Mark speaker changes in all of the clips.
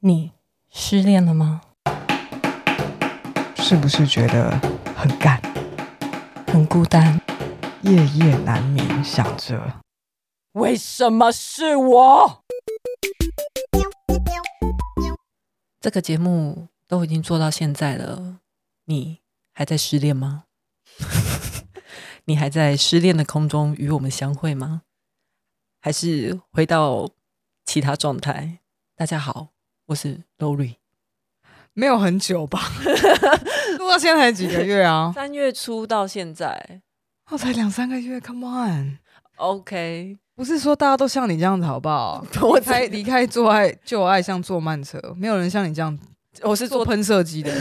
Speaker 1: 你失恋了吗？
Speaker 2: 是不是觉得很干，
Speaker 1: 很孤单，
Speaker 2: 夜夜难眠，想着
Speaker 1: 为什么是我？这个节目都已经做到现在了，你还在失恋吗？ 你还在失恋的空中与我们相会吗？还是回到其他状态？大家好，我是 Lori。
Speaker 2: 没有很久 吧？录到现在才几个月啊？
Speaker 1: 三月初到现在
Speaker 2: 哦，才两三个月，Come on！
Speaker 1: ，OK，
Speaker 2: 不是说大家都像你这样子好不好？
Speaker 1: 我
Speaker 2: 离开离开做爱旧爱像坐慢车，没有人像你这样
Speaker 1: 我是
Speaker 2: 做
Speaker 1: 坐
Speaker 2: 喷射机的。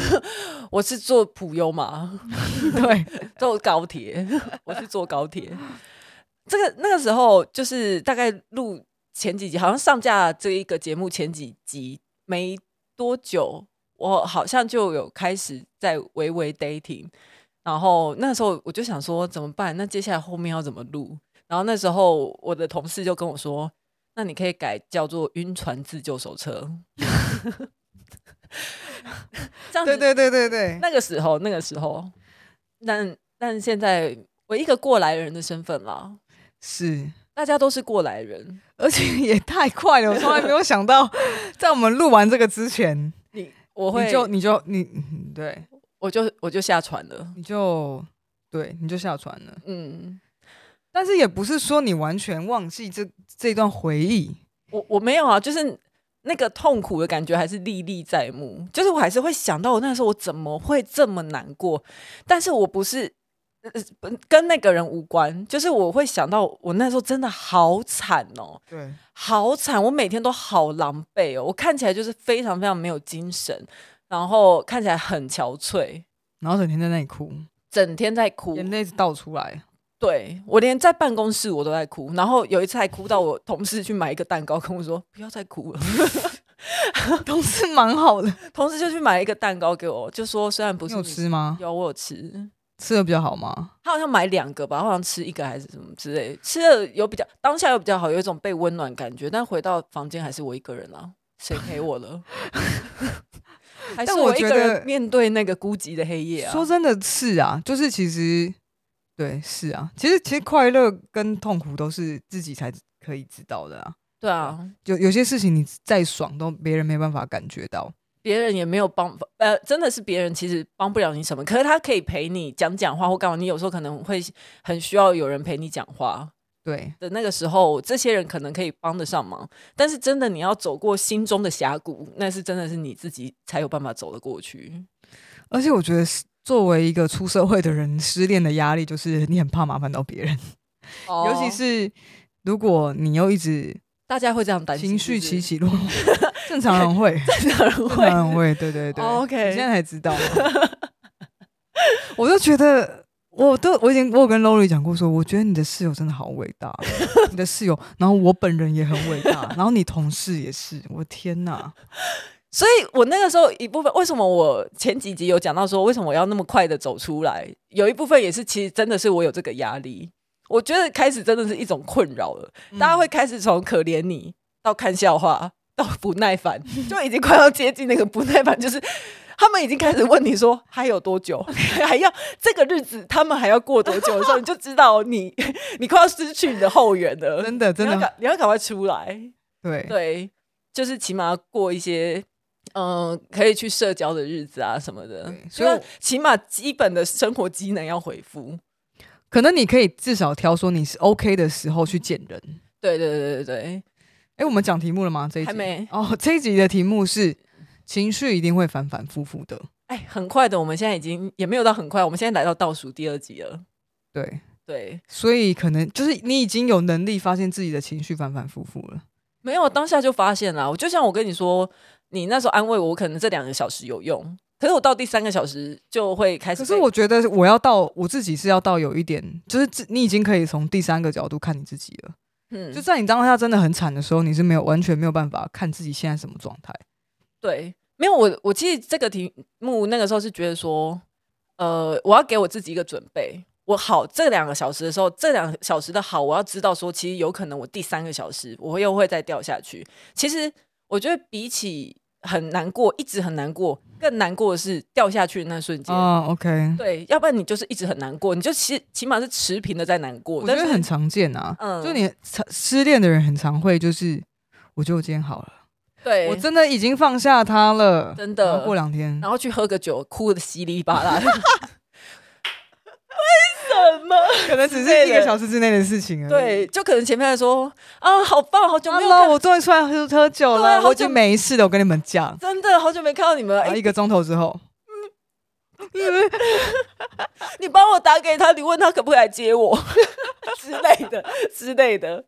Speaker 1: 我是坐普悠嘛，
Speaker 2: 对，
Speaker 1: 坐高铁， 我是坐高铁。这个那个时候就是大概录前几集，好像上架这一个节目前几集没多久，我好像就有开始在微微 dating，然后那时候我就想说怎么办？那接下来后面要怎么录？然后那时候我的同事就跟我说，那你可以改叫做晕船自救手册。 这样子
Speaker 2: 对对对对对，
Speaker 1: 那个时候，那个时候，但但现在我一个过来人的身份啦，
Speaker 2: 是，
Speaker 1: 大家都是过来人。
Speaker 2: 而且也太快了，我从来没有想到，在我们录完这个之 前，
Speaker 1: 你我会
Speaker 2: 你就你就你嗯对，
Speaker 1: 我就我就下船了。
Speaker 2: 你就对，你就下船了。
Speaker 1: 嗯，
Speaker 2: 但是也不是说你完全忘记这这段回忆，
Speaker 1: 我我没有啊，就是那个痛苦的感觉还是历历在目，就是我还是会想到我那时候我怎么会这么难过，但是我不是。呃不跟那个人无关，就是我会想到我那时候真的好惨哦、
Speaker 2: 对，
Speaker 1: 好惨，我每天都好狼狈哦，我看起来就是非常非常没有精神，然后看起来很憔悴，
Speaker 2: 然后整天在那里哭，
Speaker 1: 整天在哭。
Speaker 2: 眼泪一直倒 出来，
Speaker 1: 对我连在办公室我都在哭，然后有一次还哭到我同事去买一个蛋糕，跟我说不要再哭了。
Speaker 2: 同事蛮好的。
Speaker 1: 同事就去买一个蛋糕给我，就说虽然不
Speaker 2: 你
Speaker 1: 是
Speaker 2: 有
Speaker 1: 你
Speaker 2: 吃吗？
Speaker 1: 有我有吃，
Speaker 2: 吃的比较好吗？
Speaker 1: 他好像买两个吧，好像吃一个还是什么之类，吃了有比较当下有比较好，有一种被温暖感觉，但回到房间还是我一个人啊，谁陪我了？还是
Speaker 2: 但我
Speaker 1: 一
Speaker 2: 觉
Speaker 1: 个人
Speaker 2: 得
Speaker 1: 面对那个孤寂的黑夜啊？
Speaker 2: 说真的是啊，就是其实对是啊，其实其实快乐跟痛苦都是自己才可以知道的啊。
Speaker 1: 对啊，
Speaker 2: 有有些事情你再爽都别人没办法感觉到，
Speaker 1: 别人也没有帮，呃，真的是别人其实帮不了你什么，可是他可以陪你讲讲话或干嘛，你有时候可能会很需要有人陪你讲话。
Speaker 2: 对，
Speaker 1: 的那个时候，这些人可能可以帮得上忙，但是真的你要走过心中的峡谷，那是真的是你自己才有办法走得过去。
Speaker 2: 而且我觉得是作为一个出社会的人，失恋的压力就是你很怕麻烦到别人，
Speaker 1: 哦
Speaker 2: 尤其是如果你又一直
Speaker 1: 大家会这样担心，
Speaker 2: 情绪
Speaker 1: 是
Speaker 2: 起
Speaker 1: 不是
Speaker 2: 起落落， 正常 人会，
Speaker 1: 真的很
Speaker 2: 正
Speaker 1: 会。
Speaker 2: 常人嗯会，对对对。
Speaker 1: 哦，OK
Speaker 2: 你现在才知道吗， 我就觉得。我都我已经我有跟 Lori 讲过说，我觉得你的室友真的好伟大，你的室友，然后我本人也很伟大，然后你同事也是，我 天哪！
Speaker 1: 所以我那个时候一部分，为什么我前几集有讲到说，为什么我要那么快的走出来？有一部分也是，其实真的是我有这个压力。我觉得开始真的是一种困扰了，
Speaker 2: 嗯
Speaker 1: 大家会开始从可怜你到看笑话到不耐烦，就已经快要接近那个不耐烦，就是他们已经开始问你说还有多久， 还要这个日子他们还要过多久的时候，你就知道你 你快要失去你的后援了，
Speaker 2: 真的真
Speaker 1: 你要
Speaker 2: 的
Speaker 1: 赶你要赶快出来。
Speaker 2: 对
Speaker 1: 对，就是起码过一些嗯、呃可以去社交的日子啊什么的
Speaker 2: 对，所
Speaker 1: 所
Speaker 2: 以
Speaker 1: 以
Speaker 2: 我
Speaker 1: 起码基本的生活机能要恢复。
Speaker 2: 可能你可以至少挑说你是 OK 的时候去见人。
Speaker 1: 对对对对对，
Speaker 2: 哎、我们讲题目了吗？这一集
Speaker 1: 还没
Speaker 2: 哦，这一集的题目是情绪一定会反反复复的。
Speaker 1: 哎，很快的，我们现在已经也没有到很快，我们现在来到倒数第二集了。
Speaker 2: 对，
Speaker 1: 对，
Speaker 2: 所以可能就是你已经有能力发现自己的情绪反反复复了。
Speaker 1: 没有当下就发现了。我就像我跟你说，你那时候安慰我，我可能这两个小时有用，可是我到第三个小时就会开始
Speaker 2: 可
Speaker 1: 被。
Speaker 2: 是我觉得我要到我自己是要到有一点，就是自你已经可以从第三个角度看你自己了。
Speaker 1: 嗯，
Speaker 2: 就在你当下真的很惨的时候，你是没有完全没有办法看自己现在什么状态。
Speaker 1: 对，没有我，我其实这个题目那个时候是觉得说，呃，我要给我自己一个准备。我好这两个小时的时候，这两个小时的好，我要知道说，其实有可能我第三个小时我又会再掉下去。其实我觉得比起很难过，一直很难过，更难过的是掉下去的那瞬间。
Speaker 2: 啊，OK，
Speaker 1: 对，要不然你就是一直很难过，你就起起码是持平的在难过。
Speaker 2: 我觉
Speaker 1: 但
Speaker 2: 得
Speaker 1: 是
Speaker 2: 很常见啊，
Speaker 1: 嗯
Speaker 2: 就你常失恋的人很常会就是，我觉得我今天好了，
Speaker 1: 对，
Speaker 2: 我真的已经放下他了，
Speaker 1: 真的啊
Speaker 2: 然后过两天
Speaker 1: 然后去喝个酒，哭的稀里巴 啦。为什么？
Speaker 2: 可能只是一个小时之内的事情而已。
Speaker 1: 对，就可能前面还说啊，好棒，好久没有
Speaker 2: ，Hello，
Speaker 1: 看，
Speaker 2: 我终于出来喝喝酒
Speaker 1: 对啊
Speaker 2: 了，
Speaker 1: 好
Speaker 2: 我已
Speaker 1: 久哎
Speaker 2: 经没事了，我跟你们讲。
Speaker 1: 真的好久没看到你们了。
Speaker 2: 然
Speaker 1: 哎、
Speaker 2: 后一个钟头之后，
Speaker 1: 你帮我打给他，你问他可不可以来接我 之类的之类的。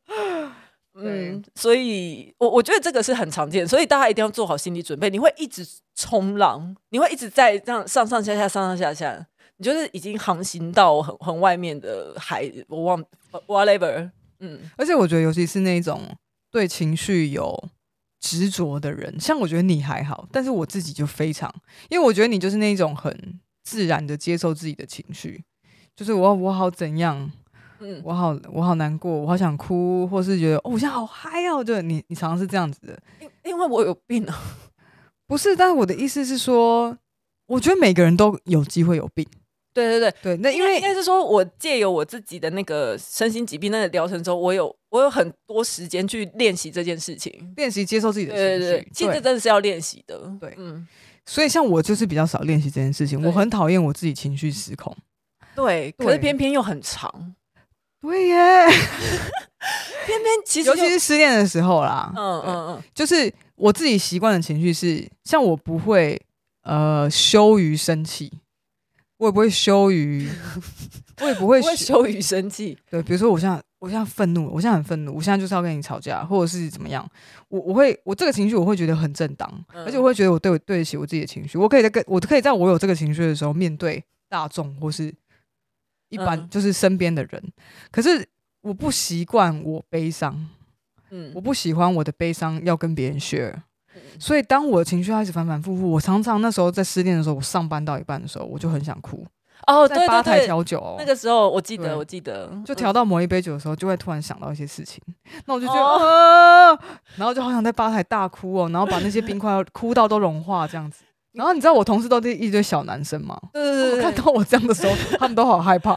Speaker 1: 嗯，所以我我觉得这个是很常见，所以大家一定要做好心理准备，你会一直冲浪，你会一直在这样上上下下、上上下下，你就是已经航行到很很外面的海，我忘 whatever，嗯，
Speaker 2: 而且我觉得，尤其是那种对情绪有执着的人，像我觉得你还好，但是我自己就非常，因为我觉得你就是那种很自然的接受自己的情绪，就是我我好怎样，
Speaker 1: 嗯
Speaker 2: 我好我好难过，我好想哭，或是觉得哦我现在好嗨哦，对你你常常是这样子的，
Speaker 1: 因因为我有病啊，
Speaker 2: 不是？但是我的意思是说，我觉得每个人都有机会有病，
Speaker 1: 对对对，
Speaker 2: 对，那
Speaker 1: 因
Speaker 2: 因
Speaker 1: 为
Speaker 2: 为
Speaker 1: 应该是说我借由我自己的那个身心疾病那个疗程中，我有我有很多时间去练习这件事情。
Speaker 2: 练习接受自己的情
Speaker 1: 对
Speaker 2: 绪，
Speaker 1: 对对，其实这真的是要练习的。
Speaker 2: 对
Speaker 1: 嗯，
Speaker 2: 所以像我就是比较少练习这件事情，
Speaker 1: 对
Speaker 2: 我很讨厌我自己情绪失控。
Speaker 1: 对。
Speaker 2: 对
Speaker 1: 可是偏偏又很长，
Speaker 2: 对耶，
Speaker 1: 偏偏其实
Speaker 2: 尤
Speaker 1: 又
Speaker 2: 其是失恋的时候啦，
Speaker 1: 嗯嗯嗯，
Speaker 2: 就是我自己习惯的情绪是，像我不会呃羞于生气，我也不会 羞于，我也不会
Speaker 1: 不会
Speaker 2: 羞
Speaker 1: 羞于生气。
Speaker 2: 对，比如说我现在我现在愤怒了，我现在很愤怒，我现在就是要跟你吵架，或者是怎么样，我我会我这个情绪我会觉得很正当，
Speaker 1: 嗯
Speaker 2: 而且我会觉得我对我对得起我自己的情绪，我可以在跟我可以在我有这个情绪的时候面对大众或是一般、
Speaker 1: 嗯
Speaker 2: 就是身边的人，可是我不习惯我悲伤，
Speaker 1: 嗯
Speaker 2: 我不喜欢我的悲伤要跟别人 share，
Speaker 1: 嗯
Speaker 2: 所以当我的情绪开始反反复复，我常常那时候在失恋的时候，我上班到一半的时候，我就很想哭，
Speaker 1: 哦，对
Speaker 2: 在吧台
Speaker 1: 对对，
Speaker 2: 调酒、哦
Speaker 1: 那个时候我记
Speaker 2: 对
Speaker 1: 得，我记得
Speaker 2: 就
Speaker 1: 嗯
Speaker 2: 调到某一杯酒的时候，就会突然想到一些事情，那我就觉得，
Speaker 1: 哦
Speaker 2: 啊然后就好想在吧台大哭哦，然后把那些冰块哭到都融化这样子。然后你知道我同事都是一堆小男生吗？
Speaker 1: 对对
Speaker 2: 他们
Speaker 1: 对
Speaker 2: 看
Speaker 1: 对对，
Speaker 2: 到我这样的时候，他们都好 害怕。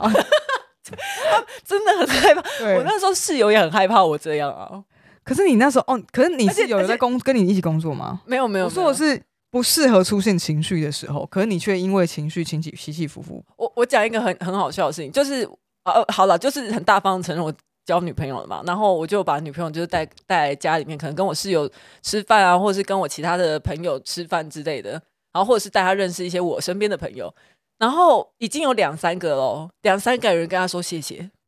Speaker 1: 真的很害怕。我
Speaker 2: 对，
Speaker 1: 那时候室友也很害怕我这样啊。
Speaker 2: 可是你那时候哦，可是你
Speaker 1: 而且
Speaker 2: 是有人
Speaker 1: 而
Speaker 2: 在
Speaker 1: 且
Speaker 2: 工跟你一起工作吗？
Speaker 1: 没有没有，
Speaker 2: 我
Speaker 1: 没
Speaker 2: 说
Speaker 1: 有
Speaker 2: 我是不适合出现情绪的时候，可是你却因为情绪起起起起 伏伏。
Speaker 1: 我我讲一个很很好笑的事情，就是呃，好了，就是很大方地承认我交女朋友了嘛，然后我就把女朋友就是带带来家里面，可能跟我室友吃饭啊，或者是跟我其他的朋友吃饭之类的，然后或者是带她认识一些我身边的朋友，然后已经有两三个喽，两三个人跟她说谢谢。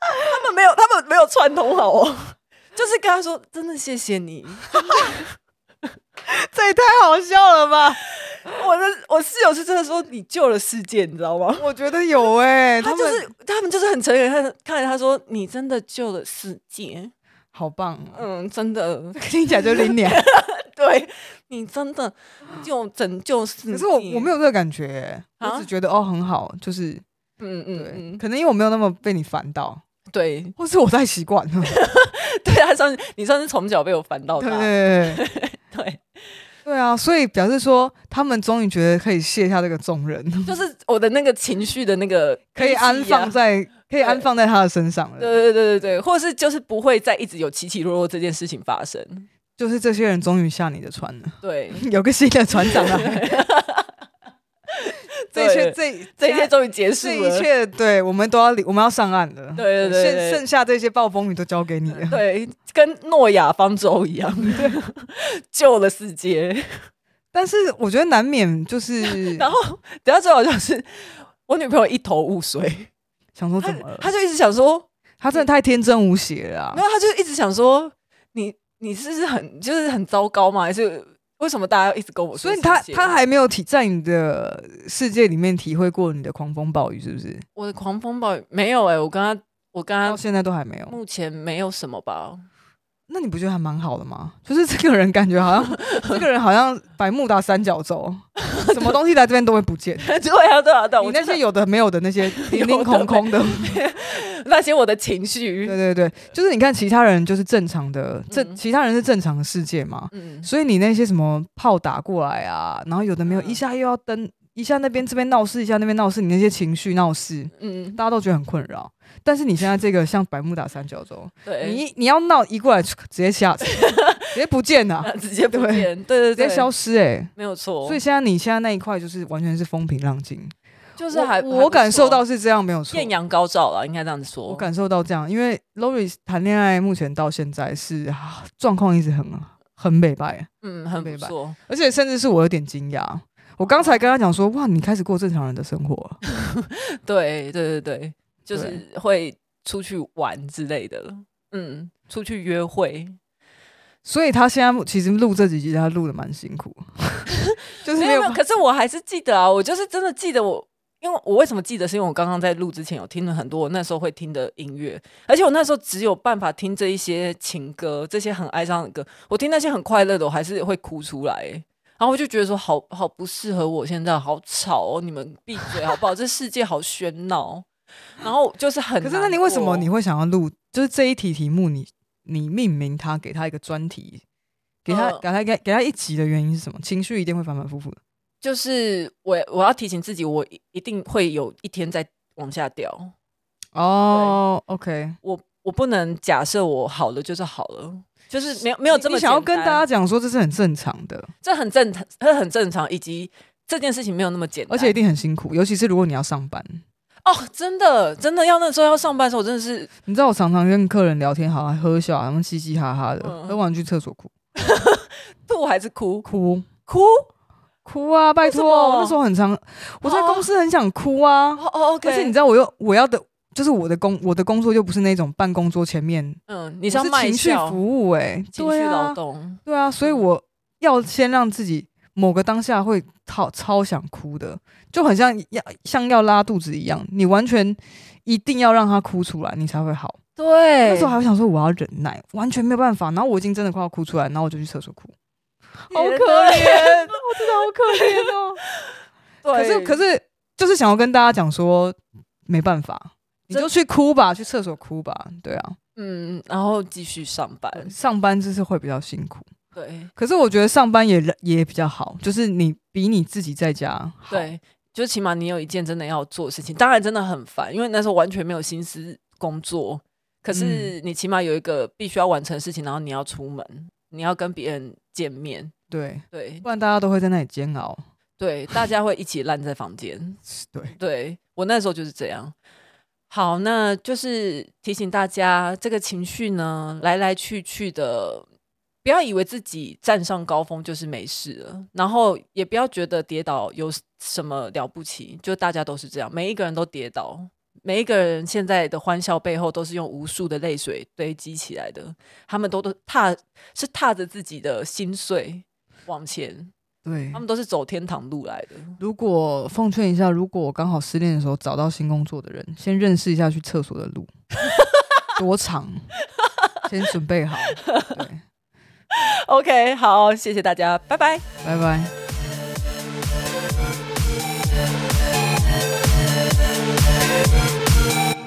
Speaker 1: 他们没有，他们没有串通好哦，就是跟她说真的谢谢你，
Speaker 2: 这也太好笑了吧！
Speaker 1: 我的我室友是真的说你救了世界，你知道吗？
Speaker 2: 我觉得有哎、
Speaker 1: 他
Speaker 2: 他
Speaker 1: 就
Speaker 2: 们
Speaker 1: 是他们就是很诚恳，看看着他说：“你真的救了世界，
Speaker 2: 好棒、哦，
Speaker 1: 嗯，真 的，
Speaker 2: 听起来就零 点。
Speaker 1: 对你真的 就拯救世界。”
Speaker 2: 可是我我没有，这个感觉欸、
Speaker 1: 啊
Speaker 2: 我只觉得哦很好，就是
Speaker 1: 嗯
Speaker 2: 对，
Speaker 1: 嗯嗯，
Speaker 2: 可能因为我没有那么被你烦到，
Speaker 1: 对
Speaker 2: 或是我太习惯了。
Speaker 1: 对，他算是你算是从小被我烦到
Speaker 2: 对
Speaker 1: 大，
Speaker 2: 对对
Speaker 1: 对，
Speaker 2: 对啊，所以表示说他们终于觉得可以卸下这个重任，
Speaker 1: 就是我的那个情绪的那个
Speaker 2: 可以安放
Speaker 1: 在，
Speaker 2: 在可以安放在他的身上
Speaker 1: 啊对
Speaker 2: 了。
Speaker 1: 对对对对，或者是就是不会再一直有起起落落这件事情发生。
Speaker 2: 就是这些人终于下你的船了，
Speaker 1: 对，
Speaker 2: 有个新的船长来。 这一切这
Speaker 1: 这一切终于结束
Speaker 2: 这
Speaker 1: 了，
Speaker 2: 一切，对我们都要我们要上岸了。
Speaker 1: 对对对对
Speaker 2: 剩剩下这些暴风雨都交给你了。
Speaker 1: 对，跟诺亚方舟一样， 救了世界。
Speaker 2: 但是我觉得难免就 是
Speaker 1: 然后，等一下最好笑的是，我女朋友一头雾水，
Speaker 2: 想说
Speaker 1: 她
Speaker 2: 怎么了，
Speaker 1: 她就一直想说，
Speaker 2: 他真的太天真无邪了、啊
Speaker 1: 没。有，她就一直想说，你你是不是很就是很糟糕吗？还是为什么大家要一直跟我说
Speaker 2: 所
Speaker 1: 谢
Speaker 2: 以
Speaker 1: 谢？
Speaker 2: 他他还没有体在你的世界里面体会过你的狂风暴雨，是不是？
Speaker 1: 我的狂
Speaker 2: 欸
Speaker 1: 风暴雨没有哎、我跟她我跟
Speaker 2: 到
Speaker 1: 她
Speaker 2: 现在都还没有。
Speaker 1: 目前没有什么吧，
Speaker 2: 那你不觉得还蛮好的吗？就是这个人感觉好 像，这个人好像百慕达三角洲，什么东西来这边都会不见。
Speaker 1: 对啊，对啊，对啊，
Speaker 2: 你
Speaker 1: 我
Speaker 2: 那
Speaker 1: 真的
Speaker 2: 些有的没有的 那些零零空空的，
Speaker 1: 那些我的情
Speaker 2: 对
Speaker 1: 绪，
Speaker 2: 对对，就是你看其他人就是正常的，正、
Speaker 1: 嗯
Speaker 2: 其他人是正常的世界嘛，
Speaker 1: 嗯，
Speaker 2: 所以你那些什么炮打过来啊，然后有的没有，
Speaker 1: 嗯
Speaker 2: 一下又要登，一下那边这边闹事，一下那边闹事，你那些情绪闹事，
Speaker 1: 嗯，
Speaker 2: 大家都觉得很困扰。但是你现在这个像百慕达三角 洲，
Speaker 1: 对，
Speaker 2: 你一你要闹一过来，直接 下车，直接不见了、
Speaker 1: 啊直接不
Speaker 2: 对
Speaker 1: 见，对对哦
Speaker 2: 直接
Speaker 1: 对，
Speaker 2: 消失哎、欸。
Speaker 1: 没有错，
Speaker 2: 所以现在你现在那一块就是完全是风平浪静，
Speaker 1: 就是还
Speaker 2: 我我感受到是这样没有错
Speaker 1: 艳，阳高照了，应该这样子说。
Speaker 2: 我感受到这样，因为 Lori 谈恋爱目前到现在是啊状况一直很很美白，
Speaker 1: 嗯，很不
Speaker 2: 明白
Speaker 1: 错，
Speaker 2: 而且甚至是我有点惊讶，我刚才跟他讲说哇你开始过正常人的生活了，
Speaker 1: 对对对对，就是会出去玩之类的，嗯，出去约会，
Speaker 2: 所以他现在其实录这几集他录的蛮辛苦， 就是
Speaker 1: 没
Speaker 2: 没
Speaker 1: 有
Speaker 2: 有
Speaker 1: 没有，可是我还是记得啊，我就是真的记得我。因为我为什么记得，是因为我刚刚在录之前有听了很多我那时候会听的音乐，而且我那时候只有办法听这一些情歌，这些很哀伤的歌。我听那些很快乐的，我还是会哭出来欸。然后我就觉得说好，好不适合我现在，好吵哦！你们闭嘴好不好？这世界好喧闹。哦然后就是很，
Speaker 2: 可是那你为什么你会想要录？就是这一题题目你，你命名它，给它一个专题，给它、
Speaker 1: 嗯
Speaker 2: 给它给给它一集的原因是什么？情绪一定会反反复复的。
Speaker 1: 就是我我要提醒自己，我一一定会有一天再往下掉。
Speaker 2: 哦、o k
Speaker 1: 我我不能假设我好了就是好了，就是没有没有这么
Speaker 2: 你想要
Speaker 1: 简单
Speaker 2: 跟大家讲说这是很正常的，
Speaker 1: 这很正常，这很正常，以及这件事情没有那么简单。
Speaker 2: 而且一定很辛苦，尤其是如果你要上班。
Speaker 1: 哦，真的真的要那时候要上班的时候，我真的是
Speaker 2: 你知道我常常跟客人聊天，好啊，喝笑啊，他们嘻嘻哈哈的，
Speaker 1: 嗯
Speaker 2: 喝完去厕所哭
Speaker 1: 吐还是哭
Speaker 2: 哭
Speaker 1: 哭
Speaker 2: 哭啊，拜
Speaker 1: 为什
Speaker 2: 托！
Speaker 1: 么
Speaker 2: 我那时候很常，我在
Speaker 1: 哦
Speaker 2: 公司很想哭啊，
Speaker 1: 哦哦，OK，
Speaker 2: 可是你知道我又我要的就是我的工我的工作又不是那种办公桌前面
Speaker 1: 嗯，你
Speaker 2: 我
Speaker 1: 要
Speaker 2: 是
Speaker 1: 卖
Speaker 2: 情绪
Speaker 1: 笑
Speaker 2: 服务哎、欸，
Speaker 1: 情绪
Speaker 2: 对啊
Speaker 1: 劳动，
Speaker 2: 对啊，所以
Speaker 1: 嗯
Speaker 2: 我要先让自己某个当下会超超想哭的，就很像要像要拉肚子一样，你完全一定要让他哭出来，你才会好。
Speaker 1: 对
Speaker 2: 那时候还想说我要忍耐，完全没有办法，然后我已经真的快要哭出来，然后我就去厕所哭，好可
Speaker 1: 天
Speaker 2: 怜，我 真的好可怜哦。 可是可是就是想要跟大家讲说，没办法。你
Speaker 1: 这
Speaker 2: 就去哭吧，去厕所哭吧，对啊，
Speaker 1: 嗯，然后继续上班，
Speaker 2: 上班就是会比较辛苦。
Speaker 1: 对
Speaker 2: 可是我觉得上班也也比较好，就是你比你自己在家好。
Speaker 1: 对，就起码你有一件真的要做的事情，当然真的很烦，因为那时候完全没有心思工作，可是你起码有一个必须要完成的事情，然后你要出门，你要跟别人见面，
Speaker 2: 对
Speaker 1: 对
Speaker 2: 不然大家都会在那里煎熬。
Speaker 1: 对，大家会一起烂在房间。
Speaker 2: 对，
Speaker 1: 对我那时候就是这样。好，那就是提醒大家，这个情绪呢，来来去去的，不要以为自己站上高峰就是没事了，然后也不要觉得跌倒有什么了不起，就大家都是这样，每一个人都跌倒，每一个人现在的欢笑背后都是用无数的泪水堆积起来的，他们都都踏是踏着自己的心碎往前，
Speaker 2: 对
Speaker 1: 他，们都是走天堂路来的。
Speaker 2: 如果奉劝一下，如果我刚好失恋的时候找到新工作的人，先认识一下去厕所的路多长，先准备好。对，
Speaker 1: OK，好，谢谢大家，拜拜。
Speaker 2: 拜拜。
Speaker 3: Thank